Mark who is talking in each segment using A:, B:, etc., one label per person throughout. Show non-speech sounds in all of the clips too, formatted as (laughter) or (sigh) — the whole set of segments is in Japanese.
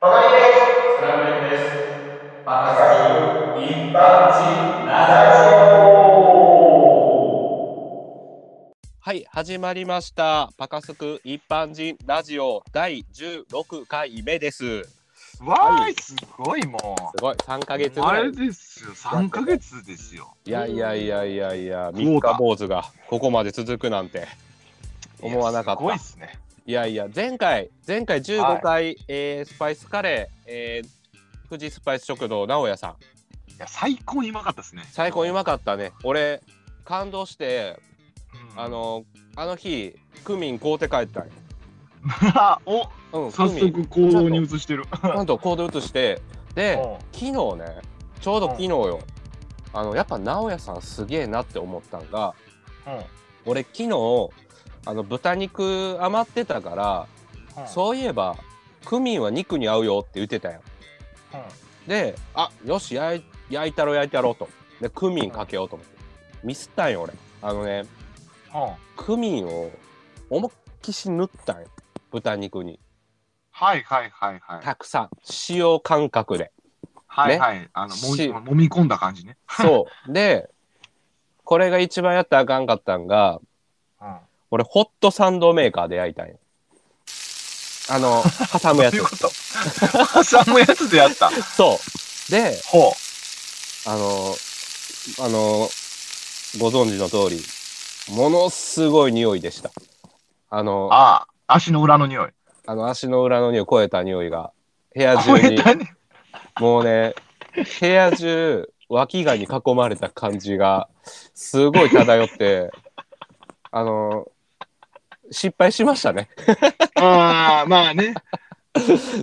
A: バカリです。
B: スラムレイです。バカすぎ一般人ラジオ。
C: はい、始まりました。パカスク一般人ラジオ第16回目です。す
D: わーい、すごいも
C: ごい、3ヶ月
D: う。
C: ぐ
D: あ
C: ら
D: れ
C: い。
D: ですよ、3ヶ月ですよ。
C: いやいやいやいやいや、
D: そうだ
C: 三日坊主がここまで続くなんて。思わなかった
D: いやすごいですね。
C: いやいや、前回、前回15回、えースパイスカレー、えー、富士スパイス食堂直哉さん。
D: いや、最高にうまかったですね。
C: 最高にうまかったね。俺、感動して、
D: うん
C: あ、の、あの日、クミン買うて帰ったんよ
D: (laughs) お
C: うん、ク
D: 早
C: ミン、
D: 速行動に移してる。
C: ちゃんとコード移して、で、
D: う
C: 昨日ねちょうど昨日よ、あのやっぱ直哉さんすげえなって思ったんが
D: んうん
C: 俺昨日あの豚肉余ってたから、
D: うん
C: そういえばクミンは肉に合うよって言ってたよ
D: うん
C: であよし焼い焼いたろ焼いたろとでクミンかけようと思ってミスったんよ俺あのね
D: うん
C: クミンを思いっきし塗ったんよ豚肉に
D: はいはいはいはい。
C: たくさん塩感覚
D: (laughs)
C: で
D: はいはい。あの、もみ
C: し
D: 揉み込んだ感じね。
C: そうでこれが一番やったらあかんかったんが
D: うん
C: 俺、ホットサンドメーカーで焼いたんよ。あの、挟むや
D: どう
C: つ
D: (laughs) いう。こと (laughs) 朝のやつでやった。
C: そう。で、
D: ほ
C: あの、あの、ご存知の通り、ものすごい匂いでした。あ
D: う。
C: の、あ
D: ああ、足の裏の匂い。
C: の足の裏の匂い、超えた匂いが、部屋
D: 超
C: 中
D: え (laughs)
C: に、
D: たね。
C: もうね、部屋中、脇がに囲まれた感じが、すごい漂って、あの、失敗しましたね。
D: ああ、ま
C: (laughs)
D: あね。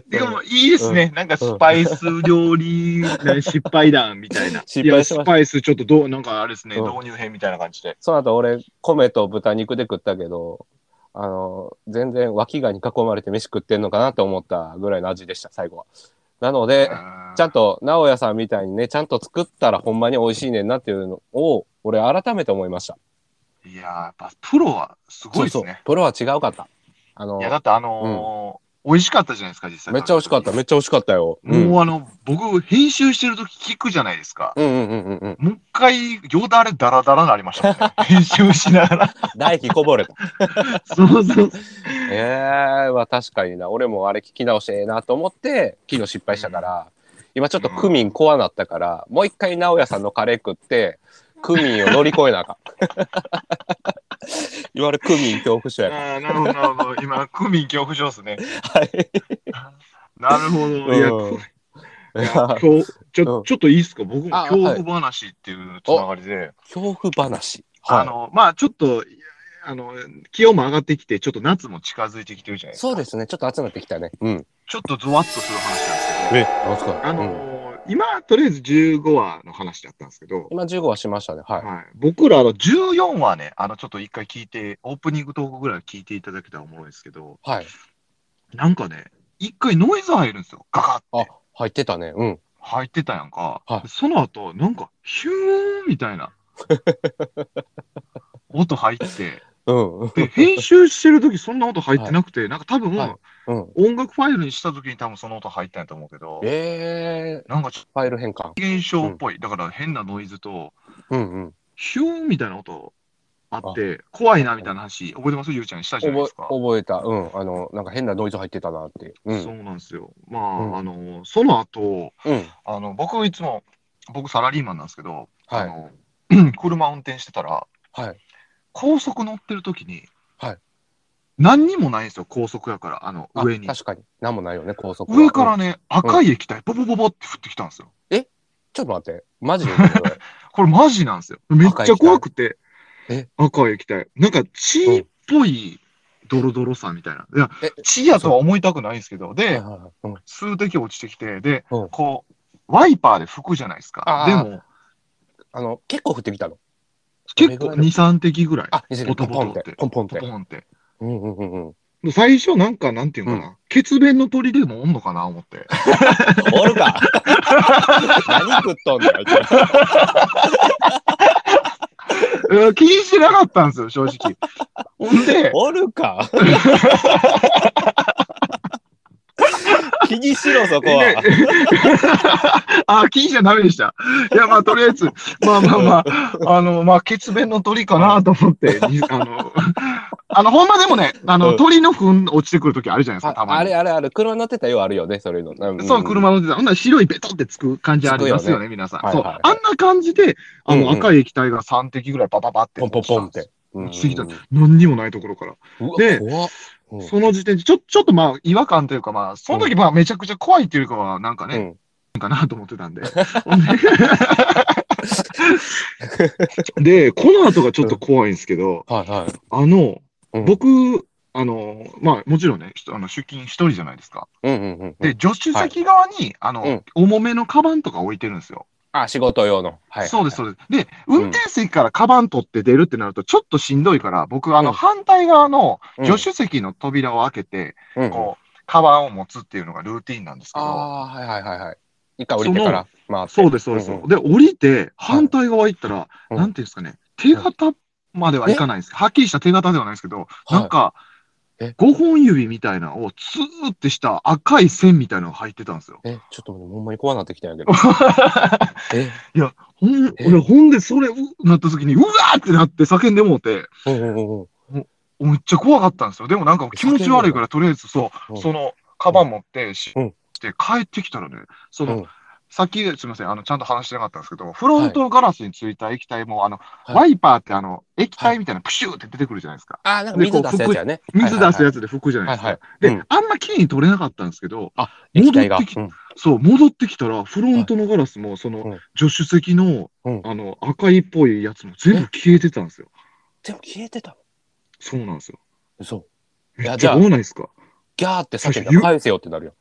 D: でも、いいですね。なんか、スパイス料理、ね、失敗談みたいな。
C: (laughs) 失敗し
D: い
C: ま
D: やス
C: した。
D: パイスちょっとどう、なんかあれですね、
C: うん
D: 導入編みたいな感じで。
C: その後俺、米と豚肉で食ったけど、あの、全然脇がに囲まれて飯食ってんのかなって思ったぐらいの味でした、最後は。なので、ちゃんと、
D: と。
C: 直哉さんみたいにね、ちゃんと作ったらほんまに美味しいねんなっていうのを、俺改めて思いました。
D: いやー、やっぱプロはすごいです
C: そうそう
D: ね。。
C: プロは違うかった。あの
D: い、や、だってあのー、美味しかったじゃないですか、実際。
C: めっちゃ美味しかった、めっちゃ美味しかったよ。うん。
D: もうあの、僕、編集してるとき聞くじゃないですか。
C: うんうんうんうんうん。
D: もう一回、よだれだらだらなりまし
C: (laughs)
D: たもんね。編集しながら。
C: 唾液こぼれた。
D: そうそう。
C: ええー、は確かにな。俺もあれ聞き直してええなと思って、昨日失敗したから、今ちょっとクミン怖なったから、もう一回直哉さんのカレー食って、クミンを乗り越えなあかん。
D: (laughs)
C: いわゆるクミン恐怖症やか
D: あーなるほど、なるほど。今、クミン恐怖症ですね。
C: ら。はい。
D: なるほど。いや、こ
C: (laughs)
D: いや今日、ち
C: う
D: ょ、
C: ん
D: ちょっといいですか僕も
C: あ
D: 恐怖話っていうつながりで。
C: 恐怖話。
D: あの、まあちょっと、いやあの、気温も上がってきて、ちょっと夏も近づいてきてるじゃないですか。
C: そうですね。ちょっと熱なってきたね。うん。
D: ちょっとゾワッとする話なんですけ
C: え、
D: ど、
C: なんすか
D: あのー今、とりあえず15話の話だったんですけど、
C: 今15はしましたね。はい。
D: はい、僕らあの14話ね、あの、ちょっと一回聞いて、オープニングトークぐらい聞いていただけたらおもろいですけど、
C: はい。
D: なんかね、一回ノイズ入るんですよ。ガガッ
C: あ
D: て。、
C: 入ってたね。うん。
D: 入ってたやんか。
C: はい
D: その後、なんか、ヒューンみた
C: (laughs)
D: いな。音入って、
C: うん。うん。(laughs)
D: で編集してる時そんな音入ってなくて、なんか多分、
C: はいうん、
D: 音楽ファイルにした時に多分その音入ったんやと思うけど、
C: え
D: なんかちょっ
C: ー、ファイル変換。
D: と現象っぽい、だから変なノイズと、
C: うんうん。
D: ヒューンみたいな音あって、怖いなみたいな話、覚えてますゆうちゃんしたじゃないで
C: 覚
D: すか。
C: 覚えた、うん、あの、なんか変なノイズ入ってたなって。うん、
D: そう
C: う
D: なんですよ。まあ、
C: うん
D: あの、その後、
C: ん、
D: あの、僕いつも、僕サラリーマンなんですけど、
C: は
D: あ
C: い、
D: の (clears throat) 車運転してたら、
C: はい、
D: 高速乗ってる時に、
C: はい
D: 何にもないんですよ、高速やから、あの、
C: あ
D: 上に。
C: 確かに、なんもないよね、高速は。
D: 上か
C: う
D: ら
C: ん
D: ね、赤い液体、ボボボボって降ってきたんですよ。
C: ちょっと待って、マジで言うの。
D: (laughs)
C: これ
D: これマジなんですよ。めっちゃ怖くて
C: え。
D: 赤い液体。なんか血っぽいドロドロさみたいな。いや
C: え、
D: 血やとは思いたくないんですけど、
C: はい
D: で、
C: はいはいうん
D: 数滴落ちてきて、で、
C: うん
D: こう、ワイパーで拭くじゃないですか。
C: あ
D: で
C: ー
D: も、
C: あの、結構降ってきたの。
D: 結構
C: どれぐらい
D: 2、
C: の
D: 3滴ぐらい。
C: あ、二千
D: ポ
C: ポ
D: ト
C: ンポン
D: ポ
C: っ、
D: トって
C: ポンポンっ
D: ポ
C: て。
D: トンって。
C: うんうんうんうん。
D: で最初なんか、なんていうのかな、血便の鳥でもおんのかな
C: (laughs)
D: 思って。
C: おるか。 (laughs) 何食っとんだよ。あいつ
D: うん気にしてなかったんですよ、正直。ほんで、
C: おるか。気にしろ、そこ
D: ね
C: は。 (laughs)
D: あ、気にしちゃダメでした。いや、まあ、とりあえず、まあまあまあ、あの、まあ、血便の鳥かなと思って、にあの、 (laughs) あの、ほんまでもね、あ
C: う
D: の、
C: ん
D: 鳥の糞落ちてくるときあるじゃないですか、た
C: あ
D: ま
C: あ
D: に。
C: れあれあれ、車乗ってたらようあるよね、そういうの。ん
D: そう、。車乗ってた。ほんなら白いベトってつく感じあります
C: つく
D: よ
C: よ
D: ね、皆さ
C: は
D: ん。
C: い
D: そう。
C: はい
D: あんな感じで、あ
C: うんう
D: の、
C: ん
D: 赤い液体が3滴ぐらいパパパって。
C: ポンポンポンっ。て。うん
D: 過ぎた何にもないところから。
C: うわ
D: で
C: 怖っうん
D: その時点で、ちょ、ちょっとまあ、違和感というか、まあ、その時まあ、めちゃくちゃ怖いっていうかは、なんかね、
C: うん
D: かなと思ってたんで。 (laughs) で、この後がちょっと怖いんですけど、
C: はいはい。
D: あの、
C: うん
D: 僕、あの、まあ、もちろんね、ひあの出勤一人じゃないですか。
C: うんうんうんう
D: で、
C: ん。
D: 助手席側に、あの、
C: うん
D: 重めのカバンとか置いてるんですよ。
C: あ、仕事用の。はい。
D: そうです、
C: す。
D: そうです。で、運転席からカバン取って出るってなると、ちょっとしんどいから、僕、あ
C: う
D: の、
C: ん
D: 反対側の
C: うん
D: 助手席の扉を開けて、
C: うん
D: こう、カバンを持つっていうのがルーティンなんですけど、
C: ああ、はいはいはいはい。一回降りてから回って。
D: そうです、そうです。
C: んん
D: で、降りて、反対側行ったら、
C: うん
D: なんていうんですかね、手形まではいかないんですはっきりした手形ではないんですけど、
C: い
D: なんか
C: え、
D: 5本指みたいなのをツーってした赤い線みたいなのが入ってたんですよ。
C: え、ちょっと待ってほんまに怖なってきたんやけ
D: (laughs)
C: ど。え、
D: ほん、
C: え
D: 俺ほんでそれ、うなった時に、うわーってなって叫んでもうて、
C: うんうんうんうん。
D: めっちゃ怖かったんですよ。でもなんか気持ち悪いから、とりあえずそう、
C: うん
D: その、カバン持って、し
C: うん
D: して帰ってきたらね、その、
C: うん
D: さっき、すみません、あの、ちゃんと話してなかったんですけど、フロントガラスについた液体も、あの、
C: い
D: ワイパーってあの、液体みたいなプシューって出てくるじゃないですか。
C: あー、なんか水出すやつやね。
D: 水出すや
C: つ。
D: つで拭くじゃないですか。
C: はいはいうん
D: で、あんまきれいに取れなかったんですけど、
C: あ、液体が。
D: 戻ってき
C: うん
D: そう、戻ってきたら、フロントのガラスも、その、
C: うん
D: 助手席の、
C: うん
D: あの、赤いっぽいやつも全部消えてたんですよ。
C: でも消えてた。
D: そうなんですよ。
C: そう。い
D: め
C: や、
D: っ
C: じ
D: ちゃ
C: ゃあ
D: 怖、ないですか
C: ギャーって叫んだら返せよってなる
D: (laughs)
C: よ。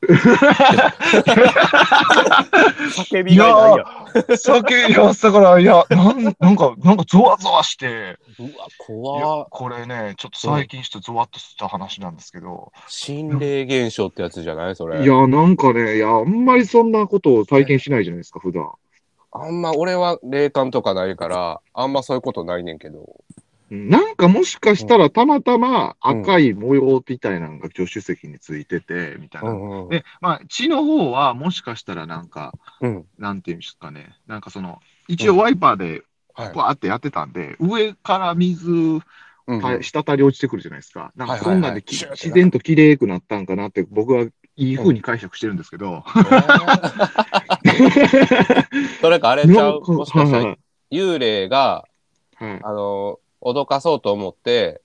C: 叫びがないやん。
D: 酒、いや、だから、いや、 (laughs) なんなんか、なんか、ゾワゾワして、
C: うわ、
D: い
C: 怖
D: や
C: っ
D: これね、ちょっと最近してゾワっとした話なんですけど、
C: 心霊現象ってやつじゃないそれ。
D: いや、なんかね、いや、あんまりそんなことを体験しないじゃないですか、普段。
C: あんま俺は霊感とかない
D: (laughs)
C: から、あんまそういうことないねんけど。
D: なんかもしかしたらたまたま赤い模様みたいなのが助手席についてて、みたいな。
C: うんうん
D: で、まあ、血の方はもしかしたらなんか、
C: うん。
D: なんていうんですかね、なんかその、一応ワイパーで
C: はい。
D: バーってやってたんで、上から水、
C: うん
D: た滴り落ちてくるじゃないですか。なんかそんなんでき
C: はいはいはい
D: 自然と綺麗くなったんかなって僕はいい風に解釈してるんですけど。
C: (laughs) それかあれちゃうもしかしたら幽霊が、
D: はいはい
C: あの、脅かそうと思って、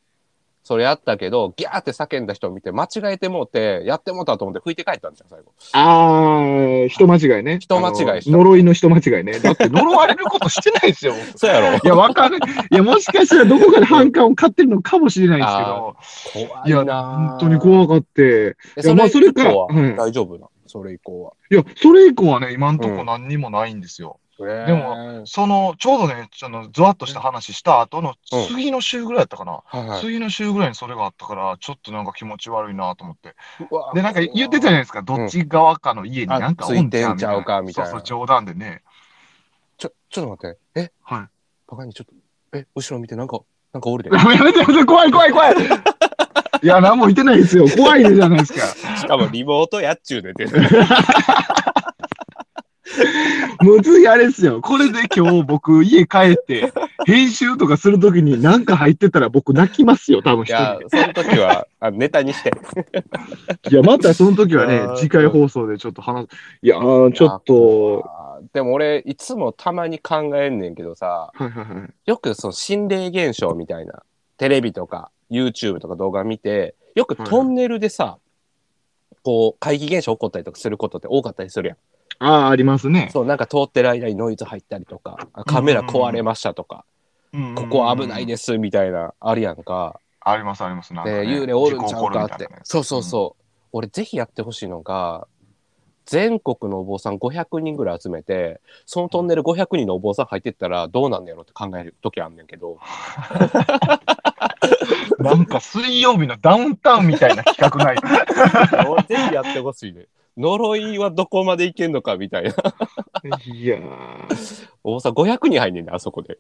C: それやったけど、ギャーって叫んだ人を見て、間違えてもうて、やってもうたと思って拭いて帰ったんじゃん、最後。
D: あー、人間違いね。
C: 人間違いした
D: あの呪いの人間違いね。だって呪われることしてないですよ。
C: そうやろ
D: (laughs) いや、わかる。いや、もしかしたらどこかで反感を買ってるのかもしれないですけど、
C: 怖
D: いや
C: いな
D: 本当に怖かって。
C: い
D: いやまあそれ
C: 以降は
D: からうん
C: 大丈夫な。それ以降は。
D: いや、それ以降はね、今んとこ何にもないんですよ。
C: で
D: でも、その、ちょうどね、その、ゾワッとした話した後の
C: うん
D: 次の週ぐらいだったかな。
C: はいはい
D: 次の週ぐらいにそれがあったから、ちょっとなんか気持ち悪いなと思って。
C: うわ
D: で、なんか言ってたじゃないですか、どっち側かの家になんかおんちゃうみたい
C: あついてんちゃ
D: な。
C: うかみたいな
D: そうそう、冗談でね。
C: ちょ、ちょっと待って。え
D: はい。
C: バカにちょっと、え、後ろ見て、なんか、なんかおるで。
D: (laughs) やめてやめて、怖い怖い怖い。 (laughs) いや、何も言ってないですよ。怖いねじゃないですか。
C: (laughs)
D: (laughs)
C: しかもリモートやっちゅう (laughs) でて。
D: もう次あれですよ。これで今日僕家帰 (laughs) って、編集とかするときに何か入ってたら僕泣きますよ、多分
C: い
D: 一
C: や
D: 人で。、
C: その時は、あネタにして。
D: いや、またその時は
C: あー
D: ね、次回放送でちょっと話す。いやー、ちょっと。
C: あー。でも俺、いつもたまに考えんねんけどさ、
D: はいはいはい。
C: よくその心霊現象みたいな、テレビとか YouTube とか動画見て、よくトンネルでさ、こう、怪奇現象起こったりとかすることって多かったりするやん。
D: ああ、ありますね。
C: そう、なんか通ってる間にノイズ入ったりとか、あカメラ壊れましたとか、ここは危ない
D: す。
C: ですみたいな、あるやんか。
D: ありますあります。なんか、ね
C: で、幽霊おるんちゃうかっ
D: 事故起こるみた
C: て
D: いなね。
C: そうそうそう。俺、ぜひやってほしいのが、全国のお坊さん500人ぐらい集めて、そのトンネル500人のお坊さん入ってったらどうなんのやろって考える時あんねんけ (laughs) ど、
D: なんか水曜日のダウンタウンみたいな企画ない。
C: 俺ぜひやってほしいね。呪いはどこまでいけんのかみたいな。
D: (laughs) いやー
C: お坊さん500人入んねんね、あそこで。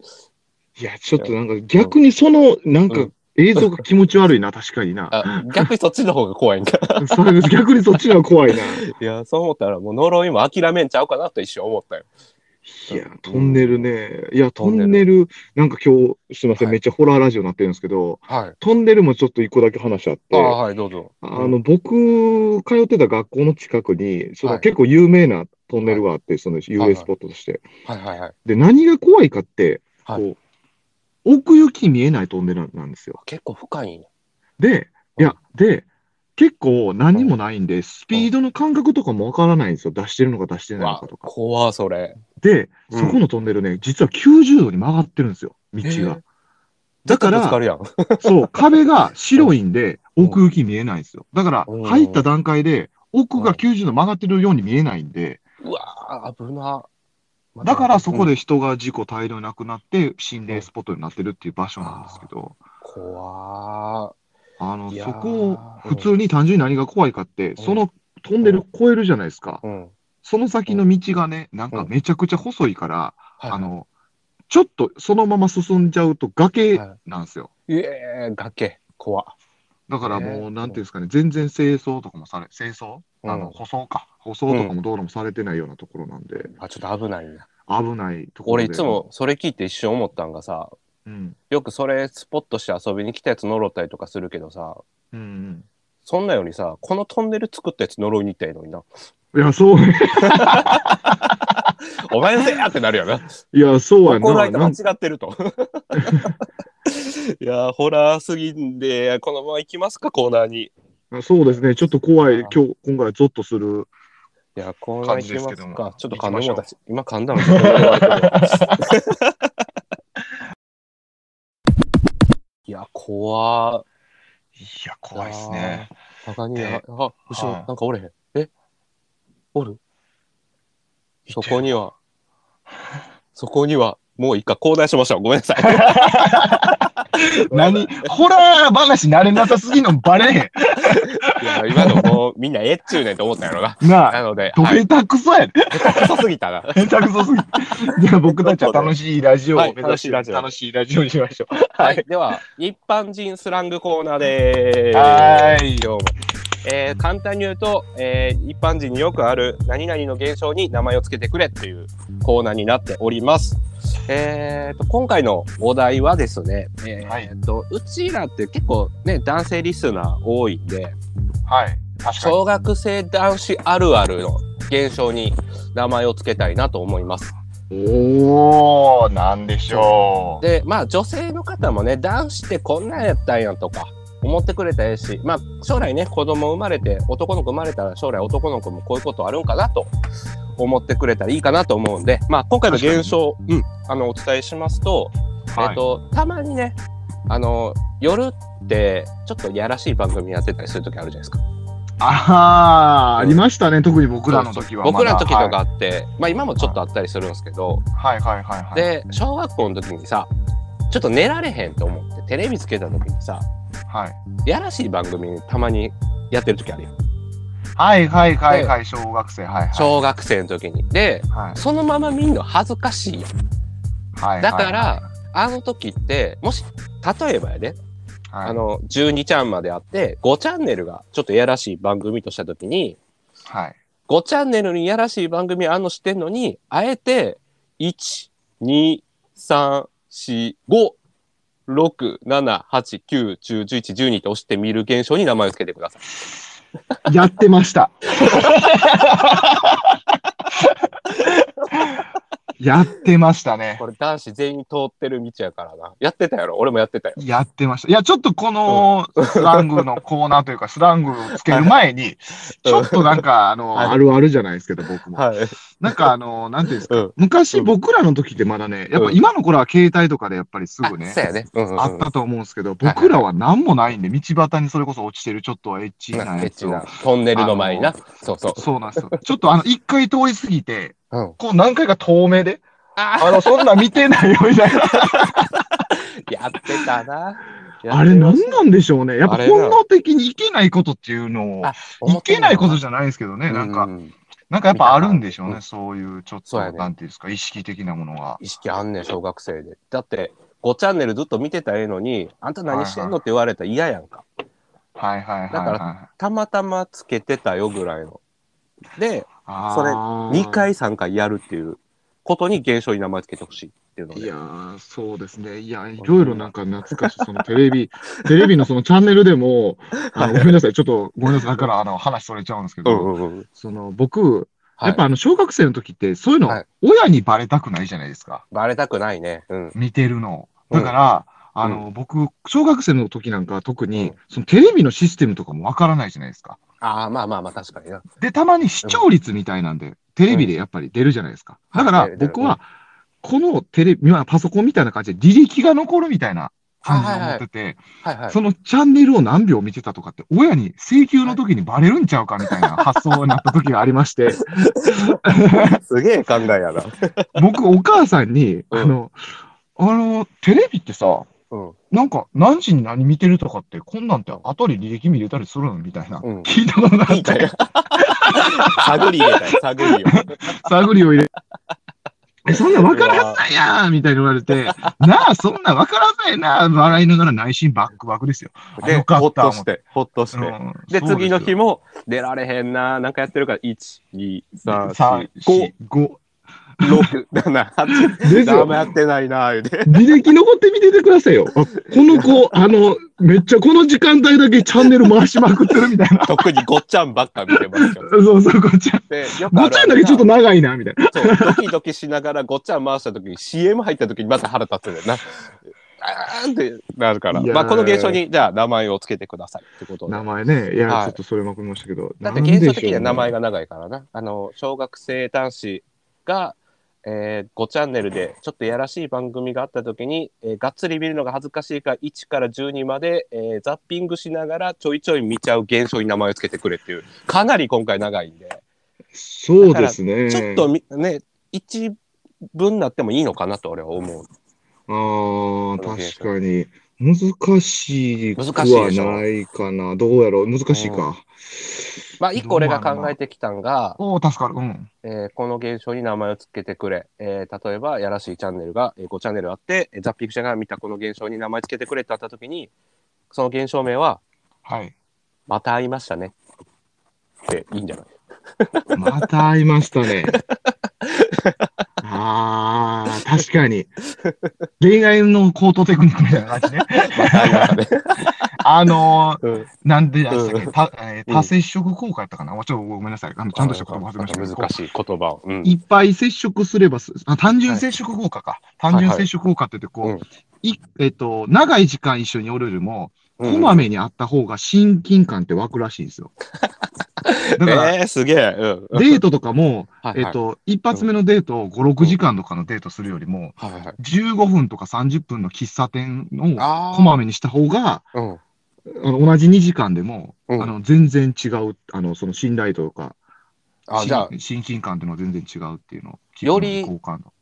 D: いや、ちょっとなんか逆にその、なん
C: う
D: か
C: ん
D: 映像が気持ち悪いな、確かに
C: (laughs)
D: な。
C: あ逆にそっちの方が怖いんか。
D: それ逆にそっちが怖いな。い
C: いや、そう思ったらもう呪いも諦めんちゃうかなと一瞬思ったよ。
D: や、トンネルね。いや、トン
C: トン
D: ネ
C: ネ
D: ル、なんか今日、すいません、
C: はい
D: めっちゃホラーラジオになってるんですけど、
C: はい。
D: トンネルもちょっと一個だけ話あっ
C: あ
D: て、あ
C: はい、どうぞ。
D: の、僕、通ってた学校の近くに、その
C: はい
D: 結構有名なトンネルがあって、その有
C: はいは
D: 名
C: い
D: スポットとして。
C: はいはいはい。
D: で、何が怖いかって、
C: はい
D: こう、奥行き見えないトンネルなんですよ。
C: 結構深いんや
D: で、いや、で、結構何にもないんで、スピードの感覚とかもわからないんですよ。出してるのか出してないのかとか。
C: 怖それ。
D: で、
C: うん
D: そこのトンネルね、実は90度に曲がってるんですよ、道
C: え
D: が
C: ー。
D: だから
C: 絶対ぶつかるやん。
D: そう、壁が白いんで、奥行き見えないんですよ。だから
C: う、ん
D: 入った段階で、奥が90度曲がってるように見えないんで、
C: うわー危な。
D: だからそこ
C: で。
D: で人が事故大量なくなって、心霊スポットになってるっていう場所なんですけど、
C: 怖ー
D: あの、
C: いや
D: そ
C: ー
D: こを普通に単純に何が怖いかって、そのトンネル越えるじゃないですか。
C: うん。
D: その先の道がね、なんかめちゃくちゃ細いから、
C: はい
D: あ、の、ちょっとそのまま進んじゃうと崖
C: は
D: なんですよ。
C: いえー、崖。怖。
D: だから
C: へ
D: もう、
C: ー
D: なんていうんですかね、全然清掃とかもされ、清掃、あ
C: う
D: の
C: ん
D: 舗装か、舗装とかも道路もされてないようなところなんで、
C: あ、ちょっと危ないな。
D: 危ないところ
C: 俺
D: で。
C: いつも、それ聞いて一瞬思ったんがさ、
D: うん、
C: よくそれスポットして遊びに来たやつ呪ったりとかするけどさ、
D: うん、
C: そんなよりさ、このトンネル作ったやつ呪いに行ったらいいのにな。
D: うん。いや、そう、い
C: お前のせいやってなるよな。
D: や、そうや
C: こ
D: な。
C: の間
D: な
C: 間
D: ん
C: 違ってると。 (laughs) いやー、ホラーすぎんで、このまま行きますか、コーナーに。い
D: そうですね、ちょっと怖い、
C: あー
D: 今日、今回ゾッとする。
C: や、コーナー行き
D: 感じで
C: ますす
D: けども
C: か。ちょっと噛んでも
D: 行きま
C: だし、今噛んだのちょっと呪われてるいや、怖ー
D: いや、
C: 怖いっすね。バカに、あ
D: で、
C: あ後ろ、
D: はい
C: なんかおれへん。えおる
D: いて
C: そ
D: よ
C: こには、そこには、もういいか、交代しましょう。ごめんなさい。
D: (laughs) 何ホラー話慣れなさすぎんのバレへ
C: いや今のもうみんなえっちゅうねんと思ったんやろな。 (laughs)
D: ん。な
C: な
D: あ、
C: ので、
D: ど
C: はい、
D: 下手くそやで。
C: 下手くそすぎたな。
D: 下手くそすぎ (laughs) る。じゃあ僕たちは楽しいラジオを目
C: はい
D: 指
C: 楽
D: し
C: しい
D: て、
C: ラジオ
D: 楽しいラジオにしましょう。
C: はい、では、一般人スラングコーナーでーす。
D: はーい
C: 今日も。えー簡単に言うと、えー一般人によくある何々の現象に名前をつけてくれっていうコーナーになっております。えー、と今回のお題はですね、え
D: はい
C: ーとうちらって結構ね男性リスナー多いんで
D: はい。確かに。
C: 小学生男子あるあるの現象に名前をつけたいなと思います。
D: おー、なんでしょう。
C: でまあ女性の方もね男子ってこんなんやったんやとか思ってくれたらええしまあ将来ね子供生まれて男の子生まれたら将来男の子もこういうことあるんかなと思ってくれたらいいかなと思うんでまあ今回の現象、うん、あのお伝えしますと、
D: はい
C: えっとたまにねあの夜ってちょっとやらしい番組やってたりする時あるじゃないですか。
D: ああ、ありましたね、特に僕らの時は。
C: 僕らの時と
D: ま
C: かあって、まあ今もちょっとあったりするんですけど、
D: だ。はいはいはいはい。
C: で小学校の時にさちょっと寝られへんと思ってテレビつけた時にさ
D: はい
C: やらしい番組たまにやってる時あるよ
D: はいはいはいはい、小学生、はいはい。
C: 小学生の時にで
D: はい
C: そのまま見んの恥ずかしいやん
D: はいはい
C: だから、あの時ってもし例えばやで、
D: はい
C: あ、の12ちゃんまであって5チャンネルがちょっとやらしい番組とした時に
D: はい。
C: 5チャンネルにやらしい番組あんのしてんのにあえて12345 6、7、8、9、10、11、12って押してみる現象に名前をつけてください。
D: やってました。やってましたね。
C: これ男子全員通ってる道やからな。やってたやろ俺もやってたよ。
D: やってました。いや、ちょっとこのスラングのコーナーというか、スラングをつける前に、ちょっとなんか、あの、
C: はい
D: あるあるじゃないですけど、僕も。
C: い。
D: なんか、あの、なんていうんですか、
C: うん
D: 昔
C: うん
D: 僕らの時ってまだね、やっぱ
C: うん
D: 今の頃は携帯とかでやっぱりすぐね
C: あ、そうやね。うんうんうん、
D: あったと思うんですけど、僕らは何もないんで、道端にそれこそ落ちてるちょっとエッチな
C: エッ
D: やつ
C: チ
D: を
C: な。トンネルの前にな。そうそう。
D: そうなんですよ。ちょっとあの、一回通り過ぎて、
C: うん、
D: こう何回か遠目で、
C: あ
D: あの、そんな見てないよみたいな。
C: やってたな。
D: (laughs) あれ何なんでしょうね。やっぱ
C: あれな
D: 本能的にいけないことっていうのを、いけないことじゃないですけどね、なんか、
C: ん、
D: なんかやっぱあるんでしょう
C: う
D: ね、そういうちょっ
C: そ
D: と
C: うや、ね
D: なんていうんですか、意識的なものが。
C: 意識あんねん、小学生で。だって、 5チャンネルずっと見てたらええのに、あんた何してんのって言われたら嫌やんか。
D: はいはいはい、はい。
C: だかたまたまつけてたよぐらいの。で、
D: あー
C: それ2回3回やるっていうことに現象に名前つけてほしいっていうの
D: い
C: で。
D: やー、そうですね。いや、いろいろなんか懐か (laughs) しい、そのテレビ、テレビのそのチャンネルでも、あのごめんなさい、ちょっとごめんなさい、だからあの話それちゃうんですけ
C: う
D: ど、
C: んうんうん。
D: その僕、
C: はい
D: やっぱあの小学生の時って、そういうの、
C: はい
D: 親にバレたくないじゃないですか、
C: バレたくないね。うん。
D: 見てるの。
C: うん
D: だから、あの、僕、小学生の時なんかは特に、そのテレビのシステムとかもわからないじゃないですか。
C: ああ、まあまあまあ、確かにな。
D: で、たまに視聴率みたいなんで、テレビでやっぱり出るじゃないですか。だから
C: はい、
D: 僕は、このテレビ、まあパソコンみたいな感じで履歴が残るみたいな感じを持ってて、
C: はいはい。
D: そのチャンネルを何秒見てたとかって、親に請求の時にバレるんちゃうかみたいな発想になった時がありまして、
C: すげえ考えやな。
D: 僕、お母さんに、
C: うん
D: あの、あの、テレビってさ、
C: うん。
D: なんか何時に何見てるとかって、こんなんて後で履歴見れたりするのみたいな、
C: うん
D: 聞いたことがあ
C: い
D: っ
C: いか
D: て
C: よ。探り入れたよ、探りを。
D: 探りを入
C: (laughs)
D: れ。え、そんなん分からんないやーみたいに言わ
C: (laughs)
D: れて、なあ、そんなん分からんないなー笑いながら内心バックバックですよ。 (laughs) あ
C: で
D: よ、かった
C: ほっとして、ほっとして。
D: うん
C: で、次の日
D: も。
C: も出られへんな、なんかやってるから、1、2、3、
D: 3
C: 4、、5、
D: 5。
C: 6、7、8、
D: です
C: 何
D: よ
C: も。やってないな、言う
D: (laughs)
C: て。
D: 履歴残ってみててくださいよ。あこの子、あの、めっちゃこの時間帯だけチャンネル回しまくってるみたい
C: (laughs)
D: な。
C: 特にごっちゃんばっか見てますよ。
D: そうそう、ごっちゃん。 (laughs)
C: で、よく
D: ご
C: あ
D: っ
C: る
D: ち
C: あ
D: ゃ
C: る
D: んだけちょっと長いな、みたいな。
C: そう、ドキドキしながらごっちゃん回した時に CM 入った時にまた腹立つんだよな。あーんってなるから。
D: いやー
C: まあ、この現象に、じゃあ名前をつけてくださいってことで
D: 名。前ね。いや、
C: はい
D: ちょっとそれまくりましたけど。
C: だって現象的には名前
D: が。
C: が長いからな。あの、小学生男子が、え5チャンネルでちょっとやらしい番組があった時に、えーがっつり見るのが恥ずかしいから1から12まで、えーザッピングしながらちょいちょい見ちゃう現象に名前をつけてくれっていうかなり今回長いんで、
D: そうですね。
C: ちょっとみね一文になってもいいのかなと俺は思う
D: ああ、
C: このゲー
D: 確かに。難しく
C: 難しいで
D: は
C: しょ
D: ないかな。どうやろう難しいか。
C: まあ一個俺が考えてきたんが、
D: おお、助かる。うん。
C: えーこの現象に名前をつけてくれ、えー例えばやらしいチャンネルが、えー5チャンネルあってえーザッピング者が見たこの現象に名前つけてくれってあった時にその現象名は
D: はい。
C: 「また会いましたね」っていいん
D: (laughs)
C: じゃない
D: また会いました (laughs) ね。ああ、確かに。恋愛の高等テクニックみたいな感じ (laughs) ね。
C: また会いましたね。
D: あの
C: うん
D: ー、なんでなんでしたっけ、たえー
C: うん
D: 多接触効果やったかな、ちょっとごめんなさい。あのちゃんとした言葉忘れましたけど。
C: 難しい言葉を。うん
D: いっぱい接触すればす、あ単純接触効果か。単純接触効果って言って、こう、
C: はいいはい
D: えっと、長い時間一緒におるよりも、
C: うん
D: こまめに会った方が親近感って湧くらしいんですよ。
C: (laughs)
D: だから、
C: えー、すげえ。うん
D: デートとかも、
C: はい
D: えっと、一発目のデートを5、6時間とかのデートするよりも、
C: はいはいはい
D: 15分とか30分の喫茶店を
C: あー
D: こまめにした方が、
C: うん
D: あの同じ2時間でも、
C: うん
D: あの全然違う、あのその信頼度とか、
C: あじゃあ
D: 親親近感っていうのは全然違うっていうのを聞いて
C: より
D: 交換の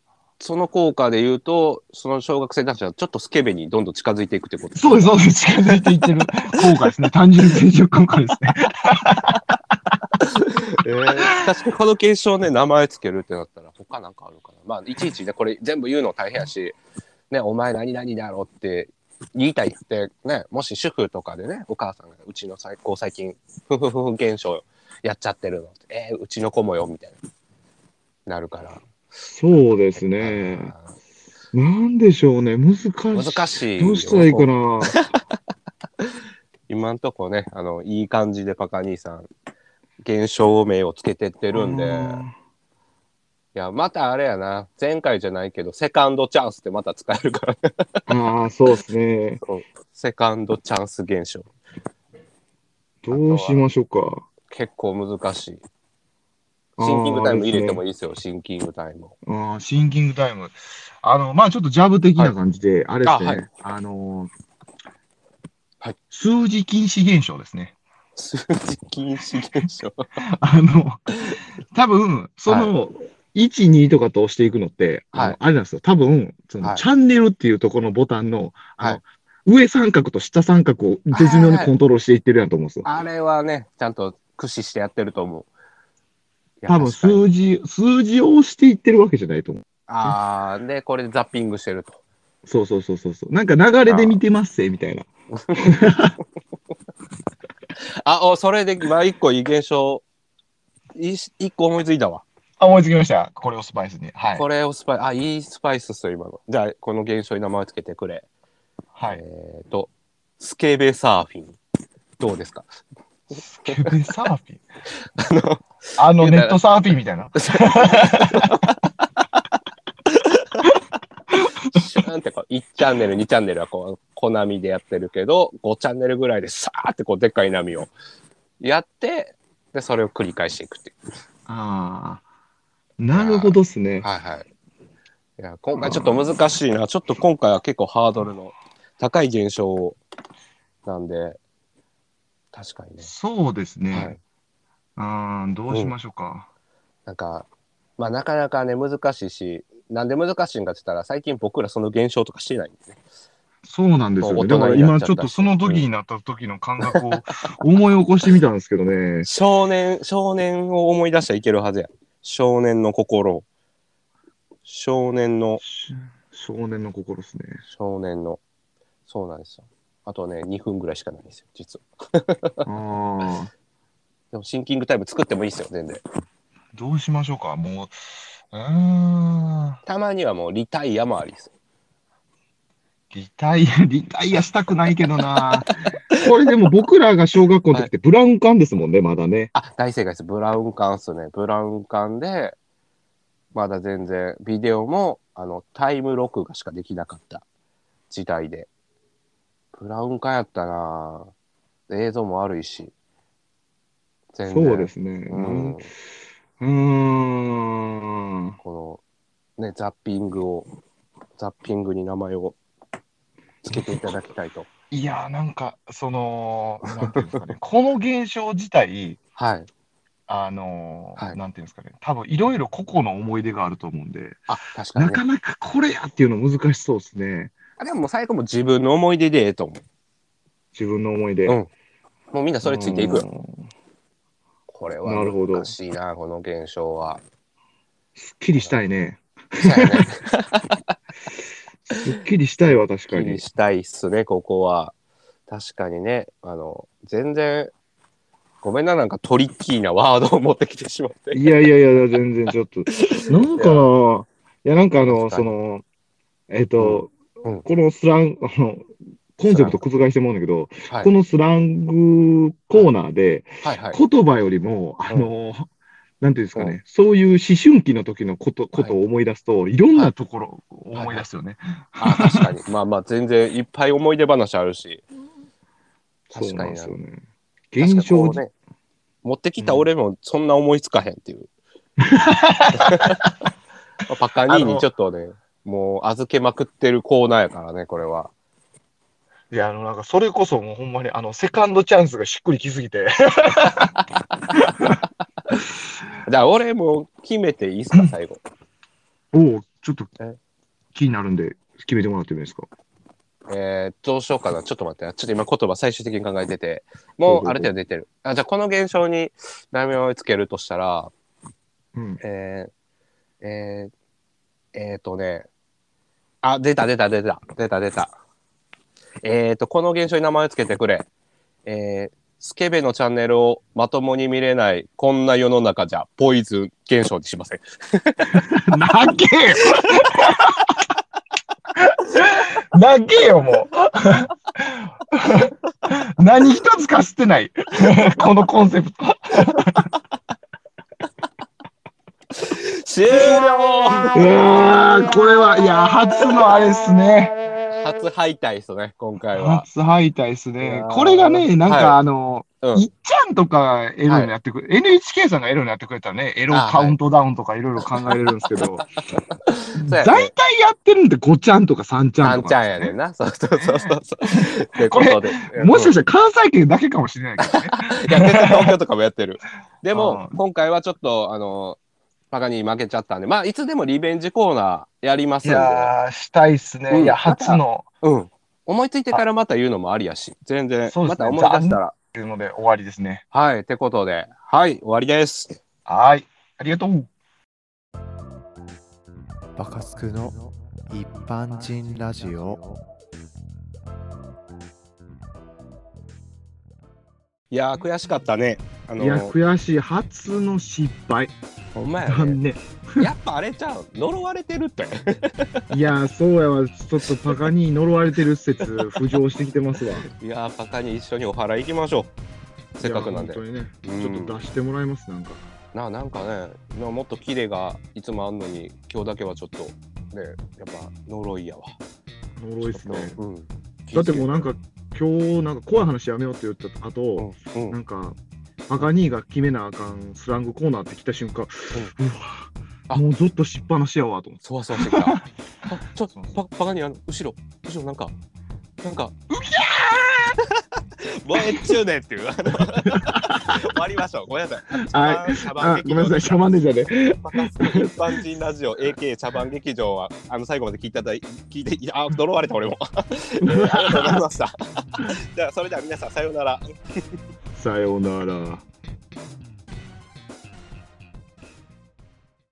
C: その効果で言うとその小学生たちはちょっとスケベにどんどん近づいていくってこと
D: そうです、そうです。近づいていってる効果ですね。単純接触効果ですね。
C: えー確かにこの現象ね名前つけるってなったら他なんかあるかなまあいちいちねこれ全部言うの大変やし「ねお前何々だろ」って言いたいってねもし主婦とかでねお母さんが「うちの最高最近ふふふふ現象やっちゃってるの」えーうちの子もよ」みたいななるから、
D: そうですね。
C: あ
D: なんでしょうね。難しい。
C: ー難しい
D: どうしたらいいか
C: よ
D: な。
C: 今んとこねあのいい感じでパカ兄さん現象名をつけてってるんで。いや、またあれやな。前回じゃないけど、セカンドチャンスってまた使えるから。 (laughs)
D: ああ、そうですね。
C: セカンドチャンス現象。
D: どうしましょうか。
C: 結構難しい。
D: あー
C: シンキングタイム入れてもいいですよ、シンキングタイムを。
D: あーシンキングタイム。あの、まあちょっとジャブ的な感じで、あれですね。
C: あ
D: あ,、
C: はい
D: のー
C: はい
D: 数字禁止現象ですね。
C: 数字禁止現象。
D: (laughs) あの、多分その、1、2とかと押していくのって、あの
C: はい
D: あれなんですよ。多分その、
C: はい
D: チャンネルっていうところのボタンの、あの
C: はい
D: 上三角と下三角を絶妙にコントロールしていってるやんと思うんですよ。
C: (laughs) あれはね、ちゃんと駆使してやってると思う。いや
D: 多分
C: 確かに
D: 数字、数字を押していってるわけじゃないと思う。
C: あーで、これでザッピングしてると。
D: そうそうそうそうそう。なんか流れで見てますぜ、みたいな。
C: あ、お、それで、まあ、一個いい現象、いい一個思いついたわ。
D: あ、思いつきました。これをスパイスに。はい。
C: これをスパイ、あ、いいスパイスっすよ、今の。じゃあ、この現象に名前をつけてくれ。
D: はい。
C: えっ、と、スケベサーフィン。どうですか
D: スケベサーフィン。
C: (laughs) あの、
D: あの、ネットサーフィンみたいな。
C: シューンってこう、1チャンネル、2チャンネルはこう、小波でやってるけど、5チャンネルぐらいでさーってこう、でっかい波をやって、で、それを繰り返していくっていう。
D: ああ。なるほどっすね。
C: はいはい。いや、今回ちょっと難しいな。ちょっと今回は結構ハードルの高い現象をなんで、確かにね。
D: そうです
C: は
D: ね
C: い。
D: うーん、どうしましょうか。
C: なんか、まあなかなかね、難しいし、なんで難しいんかって言ったら、最近僕らその現象とかしてないんですね。
D: そうなんですよ、
C: もう
D: ね。
C: 大
D: だか
C: 人
D: ら
C: になっちゃったし
D: 今ちょっとその時になった時の感
C: (laughs)
D: 覚を思い起こしてみたんですけどね。
C: 少年、少年を思い出したらいけるはずや。少年の心。少年の、
D: し少年の心ですね。
C: 少年の。そうなんですよ。あとね、2分ぐらいしかないんですよ、実は。
D: ああ。
C: でもシンキングタイム作ってもいいですよ、全然。
D: どうしましょうか。もう、うーん。
C: たまにはもうリタイアもありです。
D: リタイア、 (laughs) リタイアしたくないけどな。 (laughs) これでも僕らが小学校の時ってブラウン管ですもんね、まだね。
C: あ、大正解です。ブラウン管っすね。ブラウン管で、まだ全然、ビデオも、あの、タイム録画しかできなかった時代で。ブラウン管やったなぁ映像も悪いし。全。
D: そうですすね。
C: うん。
D: うーん。
C: この、ね、ザッピングを、ザッピングに名前をつけていただきたいと。
D: いやー、なんか、その、なんていうんですかね、この現象自体、
C: はい。
D: あのー
C: はい
D: なんていうんですかね、多分いろいろ個々の思い出があると思うんで、
C: あ、確か
D: な
C: に、ね。
D: かなかこれやっていうの難しそうですね、
C: あでももう最後も自分の思い出でええと思
D: 自分の思い出。
C: うんう。もうみんなそれついていくよ。
D: うん
C: これ
D: な
C: は
D: るほど
C: 難しいな、この現象は。
D: すっきりしたいね。
C: そう
D: (laughs)
C: やね。
D: すっきりしたいわ、確
C: 気
D: か
C: に
D: に。
C: したいっすね、ここは。確かにね、あの、全然、ごめんな、なんかトリッキーなワードを持ってきてしまって。
D: いやいやいや、全然ち
C: (laughs)
D: ょっと。なんかな、いや、なんかあの、
C: 確か
D: そ
C: に
D: の、えっ、と、
C: うんうん
D: このスラング、あの、コンセプト覆してもらうんだけど、
C: はい
D: こ、のスラングコーナーで、
C: はい、はい。
D: 言葉よりも、あの、なんていうんですかね、
C: う
D: そういう思春期の時のこと、ことを思い出すと、いろんなところを思い出すよね。
C: あ、確か
D: (laughs)
C: に。まあまあ、全然いっぱい思い出話あるし。
D: そう
C: 確か
D: な
C: に
D: んで
C: な
D: すよね。現
C: 確か
D: 象
C: こうね、持ってきた俺もそんな思いつかへんって
D: (laughs)
C: いう。パカニーにちょっとね、もう預けまくってるコーナーやからね、これは。
D: いや、あの、なんか、それこそもうほんまに、あの、セカンドチャンスがしっくりきすぎて。
C: じゃあ、俺も決めていいっす
D: (laughs)
C: か、最後。
D: (laughs) おお、ちょっと
C: え
D: 気になるんで、決めてもらってもいいですか。
C: えー、どうしようかな。ちょっと待ってな。ちょっと今言葉最終的に考えてて。もうある程度出てる。あじゃあこの現象に名前をつけるとしたら、
D: うん。
C: えー、えー、えー、とね。あ、出た出た出た。出た出た。えーと、この現象に名前をつけてくれ。えー、スケベのチャンネルをまともに見れない、こんな世の中じゃ、ポイズン現象にしません。
D: なげえよなげえよ、 (laughs) もう。何一つかしてない。このコンセプト。
C: 終了
D: うわーこれは、いや、初のあれっすね。
C: 初敗退ですね、今回は。
D: 初敗退っす
C: い
D: ね
C: や。ー
D: これがね、なんか、
C: はい
D: あの、
C: うん
D: いっちゃんとかエロにやってくれ、NHK さんがエロにやってくれたらね、エロカウントダウンとかいろいろ (laughs) 考えれるんですけど、
C: そうやね
D: 大体やってるんで5ちゃんとか3ちゃ
C: あ
D: ん
C: ん
D: と
C: ちゃ
D: か。
C: んやねんな。そうそうそうそうそう。ってことで。
D: もしかしたら関西圏だけかもしれないけどね。
C: いや、絶対東京とかもや
D: (laughs)
C: ってる。でも、
D: うん
C: 今回はちょっと、あの、パカに負けちゃったんで、まあ、いつでもリベンジコーナーやります
D: い
C: んで。
D: やー、したいっす
C: う
D: ね。
C: ん
D: いや、初の
C: うん。思いついてからまた言うのもありやし、全然、
D: そう
C: ま
D: で
C: す
D: ね
C: た思い出したら。
D: っていうので終わりですね。
C: はい、ってことで、はい、終わりです。
D: はーい。ありがとう。
A: バカスクの一般人ラジオ
C: いやー悔しかったね。あの
D: いや、悔しい。初の失敗。
C: ほんまや、
D: 残
C: ね。
D: 念。
C: やっぱあれちゃう。呪われてるって。
D: いや、そうやわ。ちょっとパカに呪われてる説、浮上してきて (laughs) ますわ。
C: (laughs) いやーパカに一緒にお祓い行きましょう。せっかくなんで
D: いや。本当にね、
C: うん
D: ちょっと出してもらいます、なんか。
C: ななんかねなもっとキレがいつもあんのに今日だけはちょっとねやっぱ呪いやわ
D: 呪いっすね
C: ち。ょっとうん、
D: だってもうなんか、今日、なんか怖い話やめようって言った後、
C: うん、うん
D: なんか、パガニーが決めなあかんスラングコーナーって来た瞬間、う
C: あ
D: わ、もうゾッとしっぱなしやわと思って。
C: そわそわしてきた (laughs) あちょっとパパカにあの後ろ後ろなんかなんか「うぎゃー! 」燃えっちゅうねんっていうあ (laughs) の終わりましょうごめんなさい茶番
D: あ、ごめんなさい、
C: 劇
D: シャ
C: 場
D: マンデジャーで。
C: パカスの一般人ラジオ AK 茶番劇場はあの最後まで聞いただい聞いていやあ呪われた俺も、 (laughs) えーありがとうございました (laughs) じゃあそれでは皆さんさようなら
D: さようなら。